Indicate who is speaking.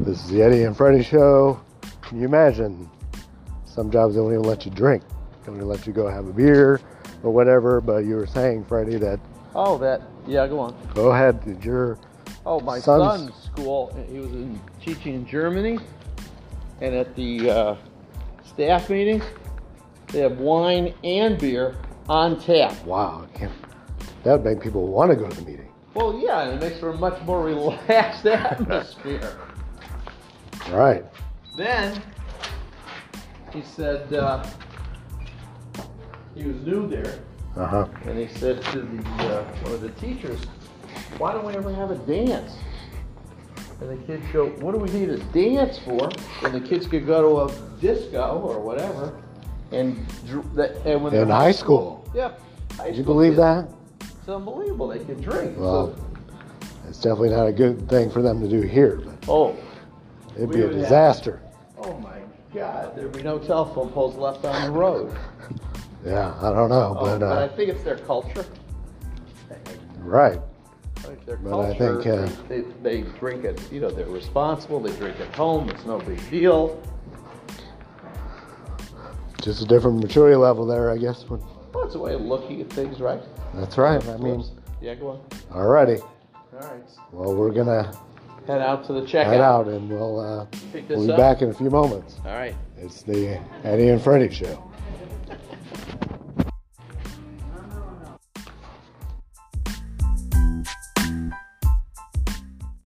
Speaker 1: This is the Eddie and Freddie show. Can you imagine? Some jobs don't even let you drink. Don't even let you go have a beer or whatever. But you were saying, Freddie, that
Speaker 2: Oh, that. Yeah, go on.
Speaker 1: go ahead. Did your
Speaker 2: Oh, my
Speaker 1: Sons.
Speaker 2: son's school. He was in, teaching in Germany, and at the uh, staff meetings, they have wine and beer on tap.
Speaker 1: wow? I can't, that'd make people want to go to the meeting,
Speaker 2: Well, yeah, and it makes for a much more relaxed atmosphere.
Speaker 1: right?
Speaker 2: then he said uh, he was new there,
Speaker 1: Uh huh.
Speaker 2: and he said to the uh, one of the teachers, "Why don't we ever have a dance?" And the kids go, "What do we need a dance for?" And the kids could go to a disco or whatever, and dr- that, and when
Speaker 1: In
Speaker 2: they're-
Speaker 1: high school,
Speaker 2: yeah, high
Speaker 1: did you
Speaker 2: school
Speaker 1: believe
Speaker 2: kids,
Speaker 1: that?
Speaker 2: It's unbelievable. They can drink.
Speaker 1: Well, it's definitely not a good thing for them to do here, but
Speaker 2: so, oh,
Speaker 1: it'd
Speaker 2: We
Speaker 1: be a
Speaker 2: would have-
Speaker 1: disaster.
Speaker 2: oh my God! There'd be no telephone poles left on the road.
Speaker 1: Yeah, I don't know,
Speaker 2: Oh,
Speaker 1: but, uh,
Speaker 2: I think it's their culture.
Speaker 1: right.
Speaker 2: Like their
Speaker 1: But I
Speaker 2: culture,
Speaker 1: think, uh,
Speaker 2: they, they drink it. You know, they're responsible. They drink at home. It's no big deal.
Speaker 1: Just a different maturity level there, I guess. But
Speaker 2: Well, it's a way of looking at things, right?
Speaker 1: that's right. I mean,
Speaker 2: yeah, go on.
Speaker 1: alrighty.
Speaker 2: All right,
Speaker 1: Well, we're gonna
Speaker 2: head out to the checkout.
Speaker 1: head out, and we'll uh,
Speaker 2: Pick this
Speaker 1: we'll be
Speaker 2: up.
Speaker 1: back in a few moments.
Speaker 2: All right.
Speaker 1: It's the Eddie and Freddie show.